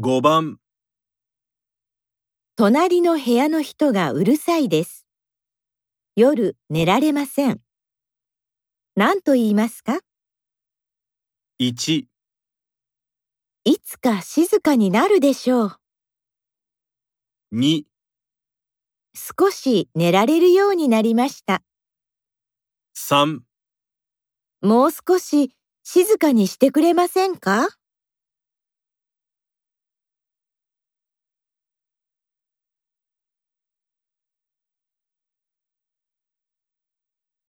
5番、隣の部屋の人がうるさいです。夜寝られません。何と言いますか1、いつか静かになるでしょう。 2、少し寝られるようになりました。 3もう少し静かにしてくれませんか